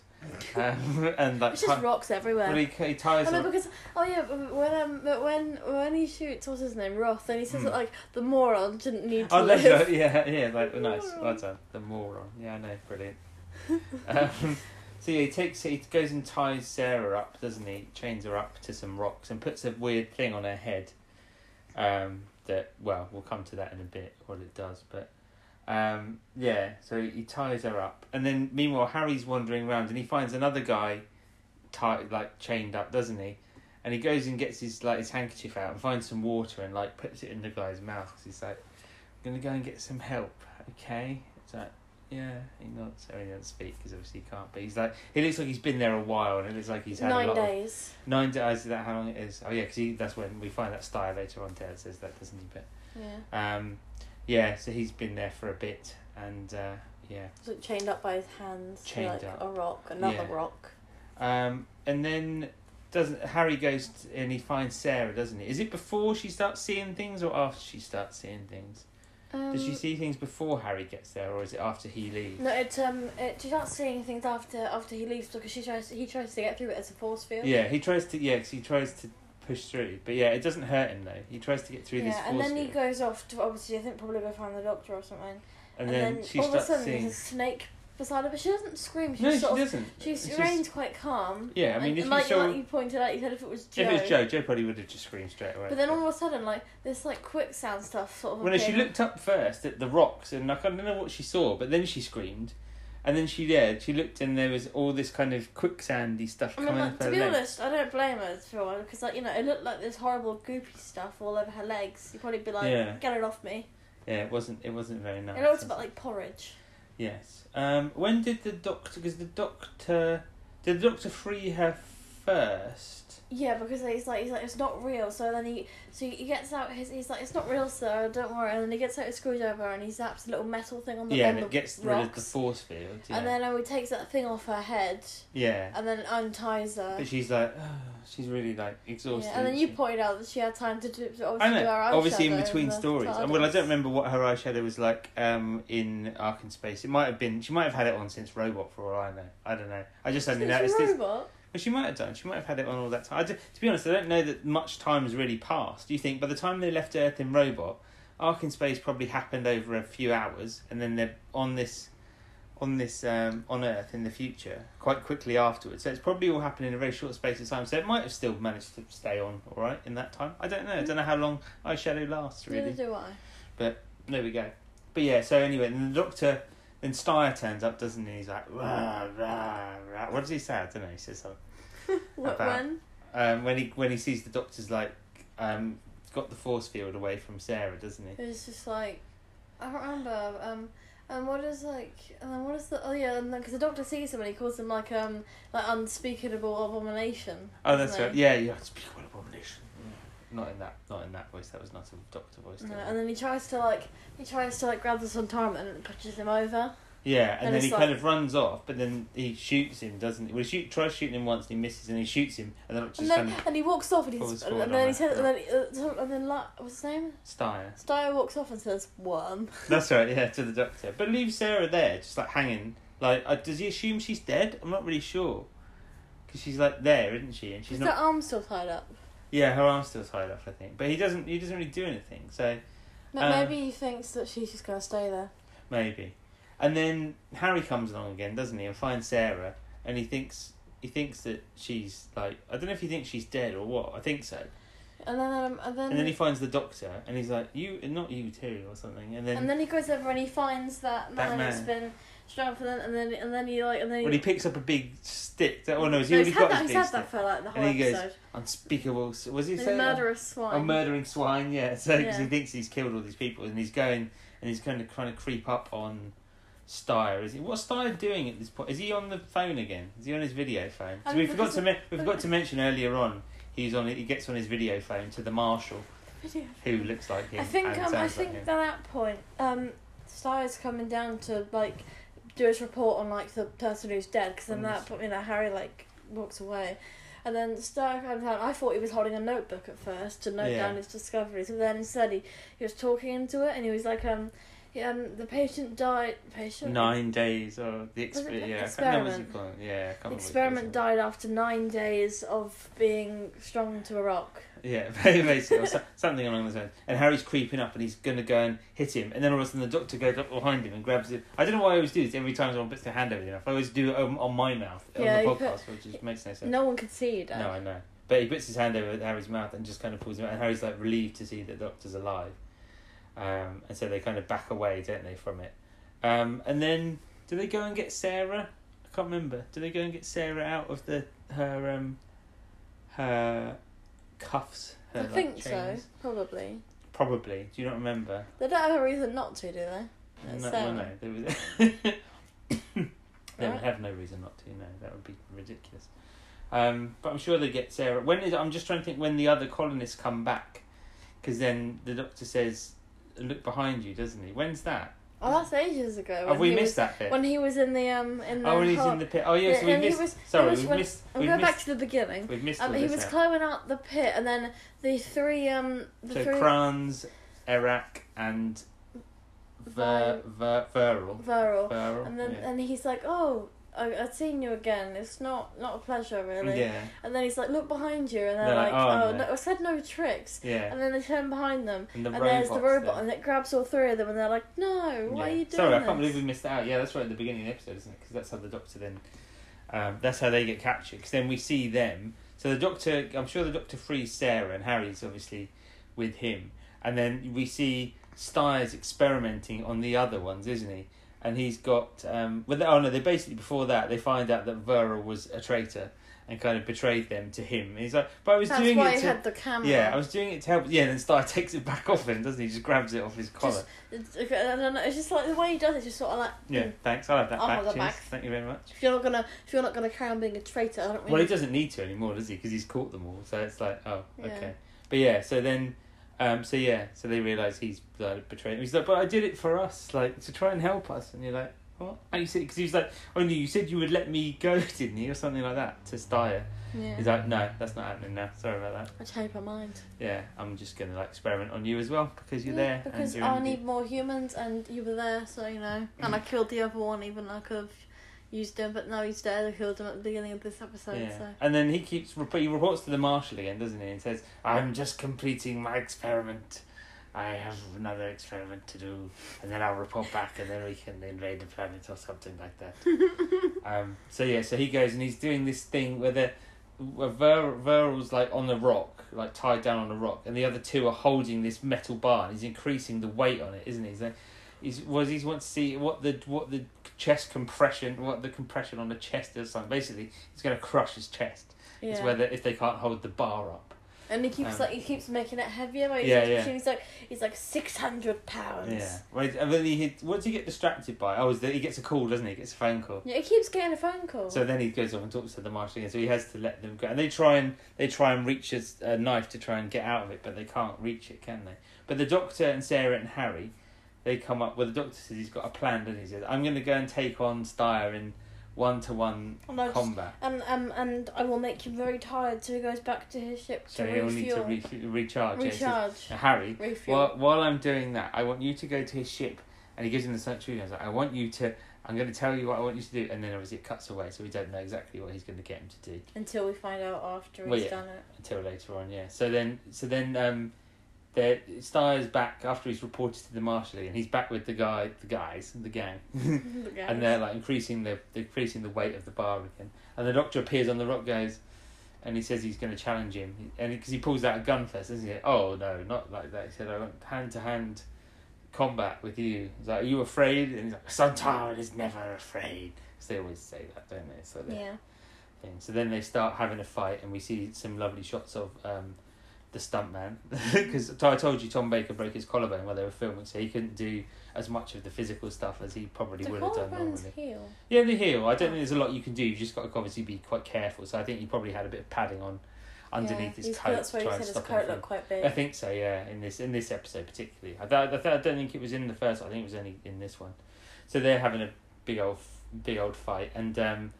Speaker 2: um, and like
Speaker 3: It's just
Speaker 2: ti-
Speaker 3: rocks everywhere.
Speaker 2: well, he, he ties
Speaker 3: Oh no,
Speaker 2: her.
Speaker 3: because oh yeah, but when um, but when when he shoots what's his name Roth, then he says
Speaker 2: Hmm.
Speaker 3: that, like the moron didn't need to
Speaker 2: Oh, there
Speaker 3: live.
Speaker 2: you go. Yeah, yeah, like
Speaker 3: [laughs]
Speaker 2: well, nice. Well done. The moron. Yeah, I know. Brilliant. um, so yeah, he takes he goes and ties Sarah up, doesn't he? Chains her up to some rocks and puts a weird thing on her head. Um, that well, we'll come to that in a bit what it does, but um, yeah. So he ties her up, and then meanwhile Harry's wandering around and he finds another guy, tied like chained up, doesn't he? And he goes and gets his like his handkerchief out and finds some water and like puts it in the guy's mouth. 'cause he's like, I'm gonna go and get some help, okay? It's like, Yeah, he nods. Harry doesn't speak because obviously he can't. But he's like, he looks like he's been there a while, and it looks like he's had a
Speaker 3: Nine
Speaker 2: lot. Of,
Speaker 3: days.
Speaker 2: nine days. Is that how long it is? Oh yeah, because that's when we find that sty later on. Ted says that, doesn't he? But
Speaker 3: Yeah.
Speaker 2: um, yeah, so he's been there for a bit, and uh, yeah,
Speaker 3: Was it chained up by his hands to,
Speaker 2: Chained
Speaker 3: like
Speaker 2: up.
Speaker 3: a rock, another
Speaker 2: Yeah.
Speaker 3: rock.
Speaker 2: um, and then doesn't Harry goes t- and he finds Sarah, doesn't he? Is it before she starts seeing things or after she starts seeing things?
Speaker 3: Um,
Speaker 2: Does she see things before Harry gets there, or is it after he leaves?
Speaker 3: No, it um, it, she starts seeing things after after he leaves because she tries he tries to get through it as a force field.
Speaker 2: Yeah, he tries to. Yeah, 'cause he tries to push through. But yeah, it doesn't hurt him though. He tries to get through this force
Speaker 3: Yeah, and then he
Speaker 2: field.
Speaker 3: goes off to obviously I think probably go find the doctor or something.
Speaker 2: and, then, she
Speaker 3: all of a
Speaker 2: starts
Speaker 3: sudden
Speaker 2: seeing.
Speaker 3: there's a snake beside her, but she doesn't scream. She
Speaker 2: no, she
Speaker 3: sort of
Speaker 2: doesn't.
Speaker 3: she
Speaker 2: It's just-
Speaker 3: remains quite calm.
Speaker 2: Yeah, I mean,
Speaker 3: and,
Speaker 2: if you
Speaker 3: and like,
Speaker 2: saw-
Speaker 3: like you pointed out, you said if it was Joe.
Speaker 2: If it was Joe, Joe probably would have just screamed straight away.
Speaker 3: But then all of a sudden, like this like quick sound stuff sort of.
Speaker 2: Well, no, she
Speaker 3: appeared.
Speaker 2: looked up first at the rocks, and like, I don't know what she saw, but then she screamed, and then she yeah, she looked, and there was all this kind of quicksandy stuff
Speaker 3: I mean,
Speaker 2: coming
Speaker 3: like,
Speaker 2: up her
Speaker 3: to be
Speaker 2: leg.
Speaker 3: honest, I don't blame her for because, like, you know, it looked like this horrible goopy stuff all over her legs. You'd probably be like,
Speaker 2: Yeah.
Speaker 3: "Get it off me!"
Speaker 2: Yeah, it wasn't it wasn't very nice.
Speaker 3: it looks
Speaker 2: was
Speaker 3: about
Speaker 2: it?
Speaker 3: like porridge.
Speaker 2: Yes. Um, when did the doctor? Because the doctor did the doctor free her first.
Speaker 3: Yeah, because he's like, he's like, it's not real. So then he, so he gets out his, he's like, it's not real, sir. Don't worry. And then he gets out his screwdriver and he zaps a little metal thing on the
Speaker 2: yeah,
Speaker 3: on
Speaker 2: and
Speaker 3: the
Speaker 2: it gets
Speaker 3: rocks.
Speaker 2: rid of the force field. Yeah.
Speaker 3: And then um, he takes that thing off her head
Speaker 2: yeah.
Speaker 3: and then unties her.
Speaker 2: But she's like, [sighs] she's really like
Speaker 3: Uh, Yeah,
Speaker 2: exhausted.
Speaker 3: and then
Speaker 2: isn't
Speaker 3: you
Speaker 2: she?
Speaker 3: pointed out that she had time to do, to
Speaker 2: I
Speaker 3: obviously do
Speaker 2: know.
Speaker 3: her eyeshadow.
Speaker 2: Obviously, in
Speaker 3: and
Speaker 2: between
Speaker 3: the
Speaker 2: stories.
Speaker 3: TARDIS.
Speaker 2: And well, I don't remember what her eyeshadow was like um, in Ark in Space. It might have been. She might have had it on since Robot, for all I know. I don't know. I just
Speaker 3: Since
Speaker 2: only noticed this.
Speaker 3: robot.
Speaker 2: Well, she might have done. She might have had it on all that time. I d to be honest, I don't know that much time has really passed. You think by the time they left Earth in Robot, Ark in Space probably happened over a few hours, and then they're on this, on this, um, on Earth in the future quite quickly afterwards. So it's probably all happened in a very short space of time. So it might have still managed to stay on, all right, in that time. I don't know. I don't know how long eyeshadow lasts really.
Speaker 3: Neither do I.
Speaker 2: There we go. But yeah, so anyway, then the doctor, then Steyer turns up, doesn't he? He's like, rah, rah, rah. What does he say? I don't know. He says something.
Speaker 3: What,
Speaker 2: [laughs] About-
Speaker 3: when?
Speaker 2: um, when he when he sees the doctor's like um, got the force field away from Sarah, doesn't he?
Speaker 3: It was just like, I don't remember. Um, and what is like, and then what is the? Oh yeah, and because the doctor sees him and he calls him like um like unspeakable abomination.
Speaker 2: Oh, that's
Speaker 3: doesn't
Speaker 2: right.
Speaker 3: he?
Speaker 2: Yeah, yeah. Unspeakable abomination. Yeah. Not in that, not in that voice. That was not a doctor voice.
Speaker 3: No,
Speaker 2: that
Speaker 3: and
Speaker 2: was-
Speaker 3: then he tries to like he tries to like grab the Suntarm and it pushes him over.
Speaker 2: yeah, and
Speaker 3: and
Speaker 2: then
Speaker 3: it's
Speaker 2: he
Speaker 3: like-
Speaker 2: kind of runs off, but then he shoots him, doesn't he? Well, he shoot, tries shooting him once, and he misses, and he shoots him, and then
Speaker 3: And
Speaker 2: just
Speaker 3: then
Speaker 2: kind of
Speaker 3: and he walks off and
Speaker 2: Falls
Speaker 3: he's and,
Speaker 2: forward on
Speaker 3: then
Speaker 2: her,
Speaker 3: he says and then uh, so- and then like what's his name?
Speaker 2: Steyer.
Speaker 3: Steyer walks off and says worm. [laughs]
Speaker 2: That's right. Yeah, to the doctor, but leaves Sarah there, just like hanging. Like, uh, does he assume she's dead? I'm not really sure, because she's like there, isn't she? And she's
Speaker 3: Is
Speaker 2: not.
Speaker 3: her arm still tied up?
Speaker 2: Yeah, her arm's still tied up, I think. But he doesn't. He doesn't really do anything. So
Speaker 3: Ma-
Speaker 2: Um,
Speaker 3: Maybe he thinks that she's just gonna stay there.
Speaker 2: maybe. And then Harry comes along again, doesn't he? And finds Sarah, and he thinks he thinks that she's like I don't know if he thinks she's dead or what. I think so.
Speaker 3: And then um, and then
Speaker 2: And then he finds the doctor, and he's like, "You, not you too," or something. And then,
Speaker 3: And then he goes over and he finds that
Speaker 2: That
Speaker 3: man, that's
Speaker 2: man.
Speaker 3: been strengthened, and then and then he like and then
Speaker 2: when he picks up a big stick, that, oh no, has he
Speaker 3: No, he's
Speaker 2: already
Speaker 3: had
Speaker 2: got
Speaker 3: that,
Speaker 2: his
Speaker 3: he's
Speaker 2: big
Speaker 3: had
Speaker 2: stick?
Speaker 3: that for like the whole
Speaker 2: And he goes,
Speaker 3: episode.
Speaker 2: Unspeakable. s- Was he
Speaker 3: The
Speaker 2: saying that?
Speaker 3: murderous swine.
Speaker 2: A [laughs] murdering swine, yeah. So because he
Speaker 3: Yeah.
Speaker 2: thinks he's killed all these people, and he's going and he's kind of trying to creep up on Steyer. Is he? What's Steyer doing at this point? Is he on the phone again? Is he on his video phone?
Speaker 3: I
Speaker 2: So we
Speaker 3: mean,
Speaker 2: forgot
Speaker 3: because
Speaker 2: to me- we
Speaker 3: but-
Speaker 2: forgot to mention earlier on. He's on. He gets on his video phone to the marshal,
Speaker 3: Video.
Speaker 2: who looks like him.
Speaker 3: I think
Speaker 2: and
Speaker 3: um, I
Speaker 2: sounds
Speaker 3: think
Speaker 2: like him.
Speaker 3: at that point, um, Sty's coming down to like do his report on like the person who's dead, because then
Speaker 2: On
Speaker 3: that
Speaker 2: this-
Speaker 3: point, you know, Harry like walks away. And then Starr comes down. I thought he was holding a notebook at first to note
Speaker 2: Yeah.
Speaker 3: down his discoveries, but then instead he, he was talking into it, and he was like, um, he, um, the patient died. Patient.
Speaker 2: Nine days or the
Speaker 3: Was it
Speaker 2: experiment.
Speaker 3: the
Speaker 2: Yeah, I can't remember what you
Speaker 3: experiment?
Speaker 2: call it. Yeah, I can't
Speaker 3: The
Speaker 2: remember what you call
Speaker 3: experiment
Speaker 2: it.
Speaker 3: died after nine days of being strung to a rock.
Speaker 2: Yeah, [laughs] very basic, or so- something along those lines. And Harry's creeping up, and he's going to go and hit him. And then all of a sudden, the doctor goes up behind him and grabs him. I don't know why I always do this every time someone puts their hand over their mouth. I always do it on, on my mouth
Speaker 3: Yeah,
Speaker 2: on
Speaker 3: you
Speaker 2: the
Speaker 3: put-
Speaker 2: podcast, which just makes no sense.
Speaker 3: No one could see you,
Speaker 2: No,
Speaker 3: Dad.
Speaker 2: I know. But he puts his hand over Harry's mouth and just kind of pulls him out. And Harry's like relieved to see that the doctor's alive. Um, and so they kind of back away, don't they, from it? Um, and then do they go and get Sarah? I can't remember. Do they go and get Sarah out of the her um, her cuffs? Her,
Speaker 3: I
Speaker 2: like,
Speaker 3: think so,
Speaker 2: chains?
Speaker 3: probably.
Speaker 2: Probably. Do you not remember?
Speaker 3: They don't have a reason not to, do they? That's
Speaker 2: no,
Speaker 3: Sarah.
Speaker 2: well, no. There was [coughs] reason not to. No, that would be ridiculous. Um, but I'm sure they get Sarah. When is I'm just trying to think when the other colonists come back, because then the doctor says, "Look behind you," doesn't he? When's that?
Speaker 3: Oh, that's ages ago.
Speaker 2: Have
Speaker 3: when
Speaker 2: we
Speaker 3: he
Speaker 2: missed
Speaker 3: was,
Speaker 2: that bit?
Speaker 3: when he was in the um in the
Speaker 2: oh, when he's
Speaker 3: hot-
Speaker 2: in the pit. Oh, yes,
Speaker 3: Yeah,
Speaker 2: we
Speaker 3: and he
Speaker 2: missed.
Speaker 3: was-
Speaker 2: sorry,
Speaker 3: he was
Speaker 2: we've
Speaker 3: when-
Speaker 2: missed.
Speaker 3: I'm
Speaker 2: we've
Speaker 3: going
Speaker 2: missed.
Speaker 3: back to the beginning.
Speaker 2: We've missed.
Speaker 3: Um,
Speaker 2: all
Speaker 3: he
Speaker 2: this
Speaker 3: was
Speaker 2: out.
Speaker 3: climbing out the pit, and then the three um the
Speaker 2: so
Speaker 3: three
Speaker 2: Kranz, Iraq, and Ver, Ver, Veral.
Speaker 3: Viral,
Speaker 2: Veral.
Speaker 3: and then uh,
Speaker 2: yeah.
Speaker 3: and he's like, "Oh, I, I've seen you again. It's not not a pleasure, really."
Speaker 2: yeah,
Speaker 3: And then he's like, "Look behind you," and they're,
Speaker 2: They're like,
Speaker 3: like,
Speaker 2: "Oh,
Speaker 3: "Oh,
Speaker 2: no."
Speaker 3: no. I said no tricks."
Speaker 2: yeah.
Speaker 3: And then they turn behind them,
Speaker 2: And the
Speaker 3: and there's the
Speaker 2: robots
Speaker 3: robot,
Speaker 2: there.
Speaker 3: and it grabs all three of them, and they're like, "No, why
Speaker 2: Yeah.
Speaker 3: are you doing
Speaker 2: Sorry, I
Speaker 3: this?"
Speaker 2: can't believe we missed that out. Yeah, that's right at the beginning of the episode, isn't it? Because that's how the Doctor then, um, that's how they get captured. Because then we see them. So the Doctor, I'm sure the Doctor frees Sarah and Harry's obviously with him, and then we see Styres experimenting on the other ones, isn't he? And he's got um. Well, they- oh no, they basically before that they find out that Vera was a traitor and kind of betrayed them to him. And he's like, but I was
Speaker 3: That's
Speaker 2: doing
Speaker 3: why
Speaker 2: it
Speaker 3: he
Speaker 2: to.
Speaker 3: had the camera.
Speaker 2: yeah, I was doing it to help. Yeah, then Styre [laughs] takes it back off him, doesn't he? Just grabs it off his collar.
Speaker 3: Just- It's- I don't know. It's just like the way he does it. Just sort of like,
Speaker 2: Yeah, thanks. I'll have that
Speaker 3: I'll
Speaker 2: back,
Speaker 3: have that
Speaker 2: cheers.
Speaker 3: back.
Speaker 2: Thank you very much.
Speaker 3: if you're not gonna, if you're not gonna crown being a traitor, I don't really.
Speaker 2: Well, he doesn't need to anymore, does he? Because he's caught them all. So it's like, oh,
Speaker 3: Yeah.
Speaker 2: okay. But yeah, so then, um, so yeah, so they realise he's like, betrayed. He's like, but I did it for us, like to try and help us. And you're like, what? And you said because he was like, only you said you would let me go, [laughs] didn't you, or something like that to Steyer.
Speaker 3: yeah.
Speaker 2: He's like, no, that's not happening now. Sorry about that.
Speaker 3: I change my mind.
Speaker 2: Yeah, I'm just gonna like experiment on you as well because you're
Speaker 3: Yeah,
Speaker 2: there.
Speaker 3: Because
Speaker 2: and you're
Speaker 3: I
Speaker 2: in the- Mm.
Speaker 3: need more humans, and you were there, so you know. And I killed the other one, even though I could have used him, but now he's dead. I killed him at the beginning of this episode,
Speaker 2: Yeah.
Speaker 3: so.
Speaker 2: And then he keeps rep- he reports to the marshal again, doesn't he? And says, "I'm just completing my experiment. I have another experiment to do, and then I'll report back, and then we can invade the planet or something like
Speaker 3: [laughs]
Speaker 2: that." um. So yeah. So he goes and he's doing this thing where the where Ver, Veral's like on the rock, like tied down on a rock, and the other two are holding this metal bar, and he's increasing the weight on it, isn't he? He's like, he's was he wants to see what the what the chest compression, what the compression on the chest is, something. Basically, he's gonna crush his chest.
Speaker 3: Yeah.
Speaker 2: It's whether if they can't hold the bar up.
Speaker 3: and he keeps
Speaker 2: um,
Speaker 3: like he keeps making it heavier. Like, he's,
Speaker 2: Yeah,
Speaker 3: like,
Speaker 2: yeah.
Speaker 3: he's like he's like six hundred pounds.
Speaker 2: Yeah. Well, and then he hit- what does he get distracted by? Oh, is that he gets a call, doesn't he? He gets a phone call.
Speaker 3: Yeah, he keeps getting a phone call.
Speaker 2: So then he goes off and talks to the marshal again. So he has to let them go, and they try and they try and reach his uh, knife to try and get out of it, but they can't reach it, can they? But the doctor and Sarah and Harry, they come up. Well, the doctor says he's got a plan, and he He says, "I'm going to go and take on Styre in one to one
Speaker 3: and I just,
Speaker 2: combat."
Speaker 3: and um and I will make him very tired, so he goes back to his ship
Speaker 2: So
Speaker 3: to
Speaker 2: he'll need to
Speaker 3: refuel,
Speaker 2: re- recharge. Yeah, he says,
Speaker 3: recharge,
Speaker 2: Harry,
Speaker 3: refuel.
Speaker 2: While, while I'm doing that, I want you to go to his ship, and he gives him the sanctuary. And I was like, I want you to. I'm going to tell you what I want you to do, and then obviously it cuts away, so we don't know exactly what he's going to get him to do
Speaker 3: Until we find out after he's
Speaker 2: Well, yeah.
Speaker 3: done it. [laughs]
Speaker 2: until later on. Yeah. So then, so then, um, the Styre's back after he's reported to the marshal, and he's back with the guy, the guys, the gang, [laughs]
Speaker 3: The guy.
Speaker 2: and they're like increasing the they're increasing the weight of the bar again. And the doctor appears on the rock, goes, and he says he's going to challenge him, and because he pulls out a gun first, doesn't he? Oh no, not like that. He said, "I want hand to hand combat with you." He's like, "Are you afraid?" And he's like, "Suntown is never afraid." 'Cause they always say that, don't they? So they-
Speaker 3: yeah.
Speaker 2: thing. So then they start having a fight, and we see some lovely shots of um, the stuntman. [laughs] Because I told you Tom Baker broke his collarbone while they were filming, so he couldn't do as much of the physical stuff as he probably
Speaker 3: The
Speaker 2: would have done
Speaker 3: collarbones
Speaker 2: normally.
Speaker 3: heal.
Speaker 2: Yeah, the heel. I
Speaker 3: Oh.
Speaker 2: don't think there's a lot you can do. You've just got to obviously be quite careful. So I think he probably had a bit of padding on underneath
Speaker 3: yeah,
Speaker 2: his
Speaker 3: he's-
Speaker 2: coat.
Speaker 3: That's why
Speaker 2: to
Speaker 3: he
Speaker 2: try
Speaker 3: said
Speaker 2: and
Speaker 3: his
Speaker 2: stop him
Speaker 3: coat
Speaker 2: from-
Speaker 3: looked
Speaker 2: [laughs]
Speaker 3: quite big.
Speaker 2: I think so, yeah. In this in this episode particularly, I don't, I, don't- I don't think it was in the first. I think it was only in this one. So they're having a big old big old fight, and um,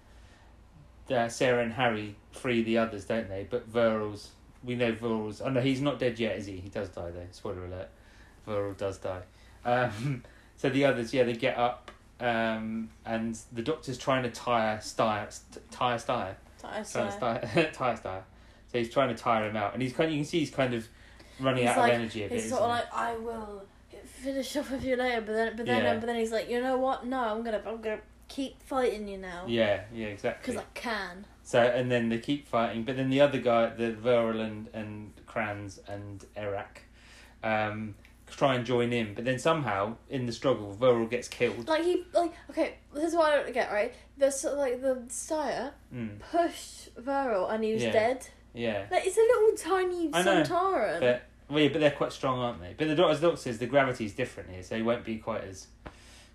Speaker 2: uh, Sarah and Harry free the others, don't they? But Veral's we know Veral's. Oh no, he's not dead yet, is he? He does die though. Spoiler alert: Veral does die. Um, [laughs] so the others, yeah, they get up, um, and the doctor's trying to tire Styre, st- tire Styre
Speaker 3: So I
Speaker 2: trying to
Speaker 3: swear.
Speaker 2: style, tire [laughs] style. So he's trying to tire him out, and he's kind. You can see he's kind of running
Speaker 3: He's
Speaker 2: out
Speaker 3: like-
Speaker 2: of energy a bit.
Speaker 3: He's
Speaker 2: Isn't
Speaker 3: sort of
Speaker 2: he?
Speaker 3: like, I will finish off with you later, but then, but then,
Speaker 2: Yeah.
Speaker 3: um, but then he's like, you know what? No, I'm gonna, I'm gonna keep fighting you now
Speaker 2: yeah, yeah,
Speaker 3: because
Speaker 2: exactly.
Speaker 3: oh. I can.
Speaker 2: So and then they keep fighting, but then the other guy, the Viral and and Kranz and Erak, um, try and join in, but then somehow in the struggle, Viral gets killed.
Speaker 3: Like he, like okay, this is what I don't get. Right, there's sort of like the sire
Speaker 2: Mm,
Speaker 3: pushed Viral and he was
Speaker 2: Yeah.
Speaker 3: dead.
Speaker 2: yeah.
Speaker 3: Like it's a little tiny
Speaker 2: I know,
Speaker 3: Santaran.
Speaker 2: but- Well, yeah, but they're quite strong, aren't they? But the doctor, as the doctor says, the gravity is different here, so he won't be quite as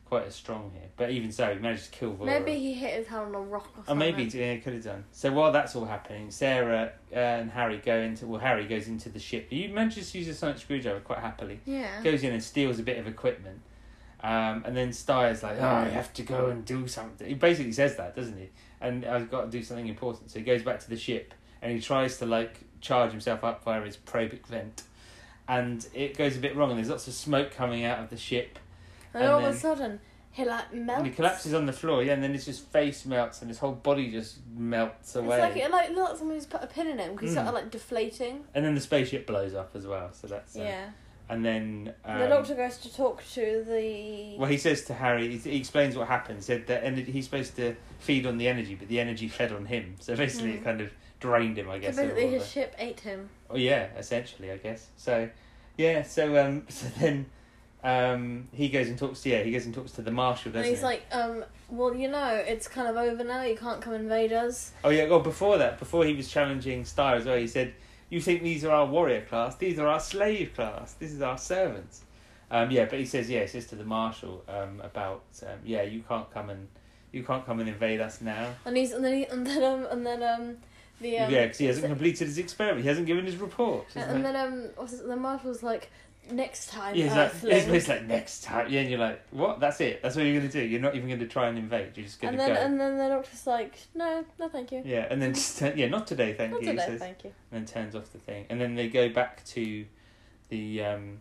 Speaker 2: quite as strong here. But even so, he managed to kill Vora.
Speaker 3: Maybe he hit his head on a rock or
Speaker 2: Or
Speaker 3: something.
Speaker 2: Oh, maybe yeah, could have done. So while that's all happening, Sarah uh, and Harry go into well, Harry goes into the ship. He manages to use a sonic screwdriver quite happily.
Speaker 3: Yeah.
Speaker 2: Goes in and steals a bit of equipment, um, and then Steyer's like, "Oh, I have to go and do something." He basically says that, doesn't he? And I've got to do something important. So he goes back to the ship and he tries to like charge himself up via his probic vent, and it goes a bit wrong. And there's lots of smoke coming out of the ship.
Speaker 3: And,
Speaker 2: and
Speaker 3: all of a
Speaker 2: then-
Speaker 3: sudden, he like melts.
Speaker 2: And he collapses on the floor, yeah, and then his just face melts and his whole body just melts
Speaker 3: It's
Speaker 2: away.
Speaker 3: like it like looks like somebody's put a pin in him because he's
Speaker 2: Mm.
Speaker 3: sort of like deflating.
Speaker 2: And then the spaceship blows up as well, so that's uh,
Speaker 3: yeah.
Speaker 2: And then um,
Speaker 3: the doctor goes to talk to the.
Speaker 2: Well, he says to Harry, he, he explains what happened. Said that ener he's supposed to feed on the energy, but the energy fed on him. So basically, it
Speaker 3: Mm.
Speaker 2: kind of drained him, I guess.
Speaker 3: so
Speaker 2: of
Speaker 3: basically,
Speaker 2: all
Speaker 3: his
Speaker 2: the-
Speaker 3: ship ate him.
Speaker 2: Oh yeah, essentially, I guess. So, yeah. So um, [laughs] so then, um, he goes and talks to yeah, he goes and talks to the marshal, doesn't
Speaker 3: and he's
Speaker 2: he?
Speaker 3: like, um, well, you know, it's kind of over now. You can't come invade us.
Speaker 2: Oh yeah. Well, before that, before he was challenging Star as well, he said, "You think these are our warrior class? These are our slave class. This is our servants." Um, yeah, but he says, "Yeah, it's just to the marshal um, about um, yeah, you can't come and you can't come and invade us now."
Speaker 3: And he's and then he, and then um and then um the
Speaker 2: Yeah,
Speaker 3: um,
Speaker 2: because he hasn't completed his experiment. He hasn't given his report.
Speaker 3: and,
Speaker 2: isn't it?
Speaker 3: then um what's it, the marshal's like next time.
Speaker 2: yeah, he's like,
Speaker 3: Earthling."
Speaker 2: it's, it's like next time. Yeah, and you're like, what? That's it. That's what you're gonna do. You're not even gonna try and invade. You're just gonna
Speaker 3: and then
Speaker 2: go.
Speaker 3: and then the doctor's like, no, no, thank you.
Speaker 2: yeah, and then just turn, yeah, not today, thank
Speaker 3: Not
Speaker 2: you. he
Speaker 3: today,
Speaker 2: says.
Speaker 3: thank you.
Speaker 2: and then turns off the thing. And then they go back to the um,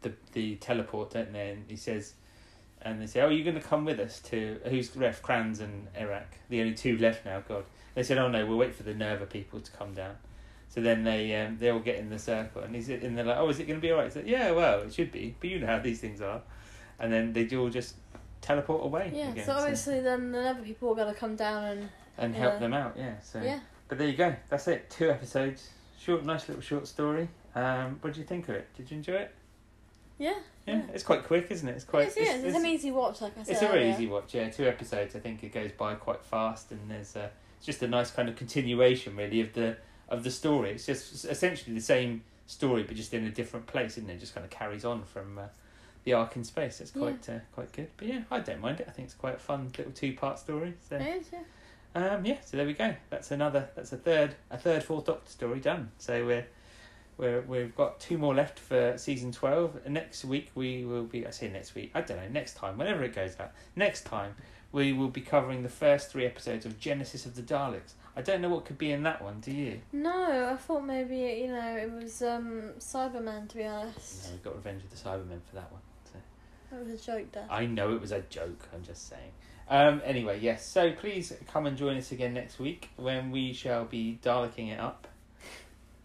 Speaker 2: the the teleport, don't they? And he says, and they say, "Oh, you're going to come with us to who's left? Kranz and Iraq, the only two left now." God, they said, "Oh no, we'll wait for the Nerva people to come down." So then they um, they all get in the circle, and he's and they're like, "Oh, is it going to be alright?" He's like, "Yeah, well, it should be, but you know how these things are." And then they do all just teleport away
Speaker 3: Yeah,
Speaker 2: again,
Speaker 3: so obviously then the other people are gonna come down and
Speaker 2: and help
Speaker 3: yeah.
Speaker 2: them out. Yeah, so
Speaker 3: yeah.
Speaker 2: but there you go. That's it. Two episodes. Short, nice little short story. Um, what did you think of it? Did you enjoy it?
Speaker 3: Yeah,
Speaker 2: Yeah,
Speaker 3: Yeah.
Speaker 2: it's quite quick, isn't it? It's quite.
Speaker 3: it's, yeah, it's, an easy watch, like I said.
Speaker 2: it's a very
Speaker 3: earlier.
Speaker 2: easy watch. Yeah, two episodes. I think it goes by quite fast, and there's a. It's just a nice kind of continuation, really, of the of the story. It's just essentially the same story, but just in a different place, isn't it? Just kind of carries on from. Uh, the arc in space. It's
Speaker 3: Yeah.
Speaker 2: quite uh, quite good, but yeah, I don't mind it. I think it's quite a fun little two part story. So.
Speaker 3: It is, yeah.
Speaker 2: Um, yeah, so there we go. That's another. That's a third. A third fourth Doctor story done. So we're we're we've got two more left for season twelve. And next week we will be. I say next week. I don't know. Next time, whenever it goes out. Next time we will be covering the first three episodes of Genesis of the Daleks. I don't know what could be in that one. Do you?
Speaker 3: No, I thought maybe you know it was um Cyberman to be honest.
Speaker 2: No, we got Revenge of the Cybermen for that one. So.
Speaker 3: That was a joke there.
Speaker 2: I know it was a joke, I'm just saying. Um, anyway, yes, so please come and join us again next week when we shall be Daleking it up.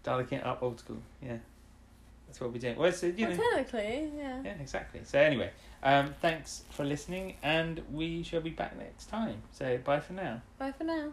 Speaker 2: Daleking it up old school, yeah. That's what we're doing. Well, so, you
Speaker 3: well,
Speaker 2: know,
Speaker 3: technically, yeah.
Speaker 2: yeah, exactly. So, anyway, um, thanks for listening, and we shall be back next time. So, bye for now.
Speaker 3: Bye for now.